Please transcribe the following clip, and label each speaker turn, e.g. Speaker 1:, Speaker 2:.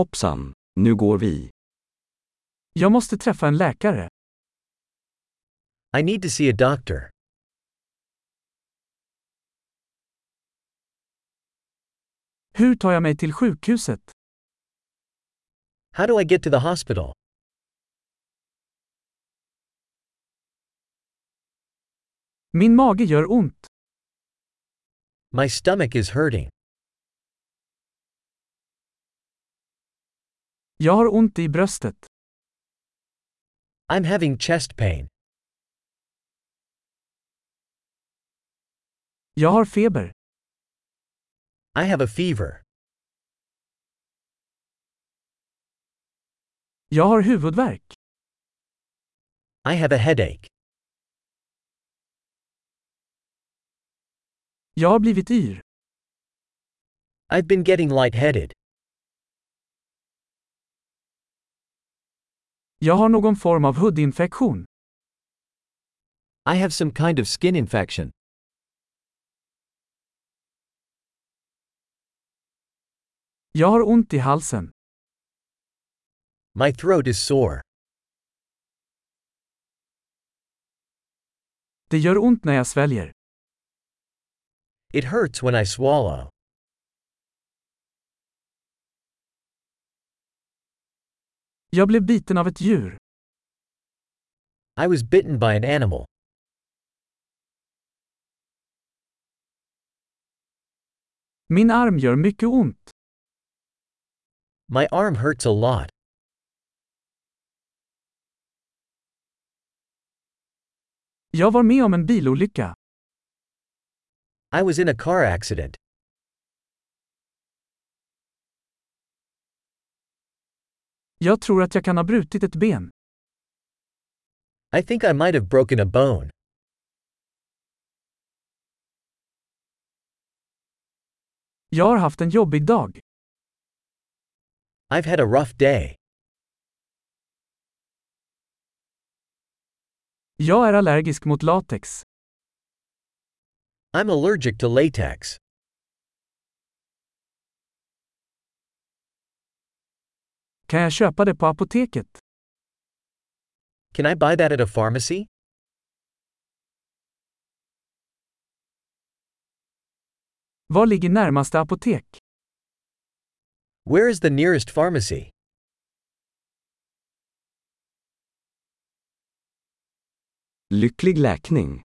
Speaker 1: Hoppsan, nu går vi.
Speaker 2: Jag måste träffa en läkare.
Speaker 3: I need to see a doctor.
Speaker 2: Hur tar jag mig till sjukhuset?
Speaker 3: How do I get to the hospital?
Speaker 2: Min mage gör ont.
Speaker 3: My stomach is hurting.
Speaker 2: Jag har ont i bröstet.
Speaker 3: I'm having chest pain.
Speaker 2: Jag har feber.
Speaker 3: I have a fever.
Speaker 2: Jag har huvudvärk.
Speaker 3: I have a headache.
Speaker 2: Jag har blivit yr.
Speaker 3: I've been getting lightheaded.
Speaker 2: Jag har någon form av hudinfektion.
Speaker 3: I have some kind of skin infection.
Speaker 2: Jag har ont i halsen.
Speaker 3: My throat is sore.
Speaker 2: Det gör ont när jag sväljer.
Speaker 3: It hurts when I swallow.
Speaker 2: Jag blev biten av ett djur.
Speaker 3: I was bitten by an animal.
Speaker 2: Min arm gör mycket ont.
Speaker 3: My arm hurts a lot.
Speaker 2: Jag var med om en bilolycka.
Speaker 3: I was in a car accident.
Speaker 2: Jag tror att jag kan ha brutit ett ben.
Speaker 3: I think I might have broken a bone.
Speaker 2: Jag har haft en jobbig dag.
Speaker 3: I've had a rough day.
Speaker 2: Jag är allergisk mot latex.
Speaker 3: I'm allergic to latex.
Speaker 2: Kan jag köpa det på apoteket?
Speaker 3: Can I buy that at a pharmacy?
Speaker 2: Var ligger närmaste apotek?
Speaker 3: Where is the nearest pharmacy?
Speaker 1: Lycklig läkning!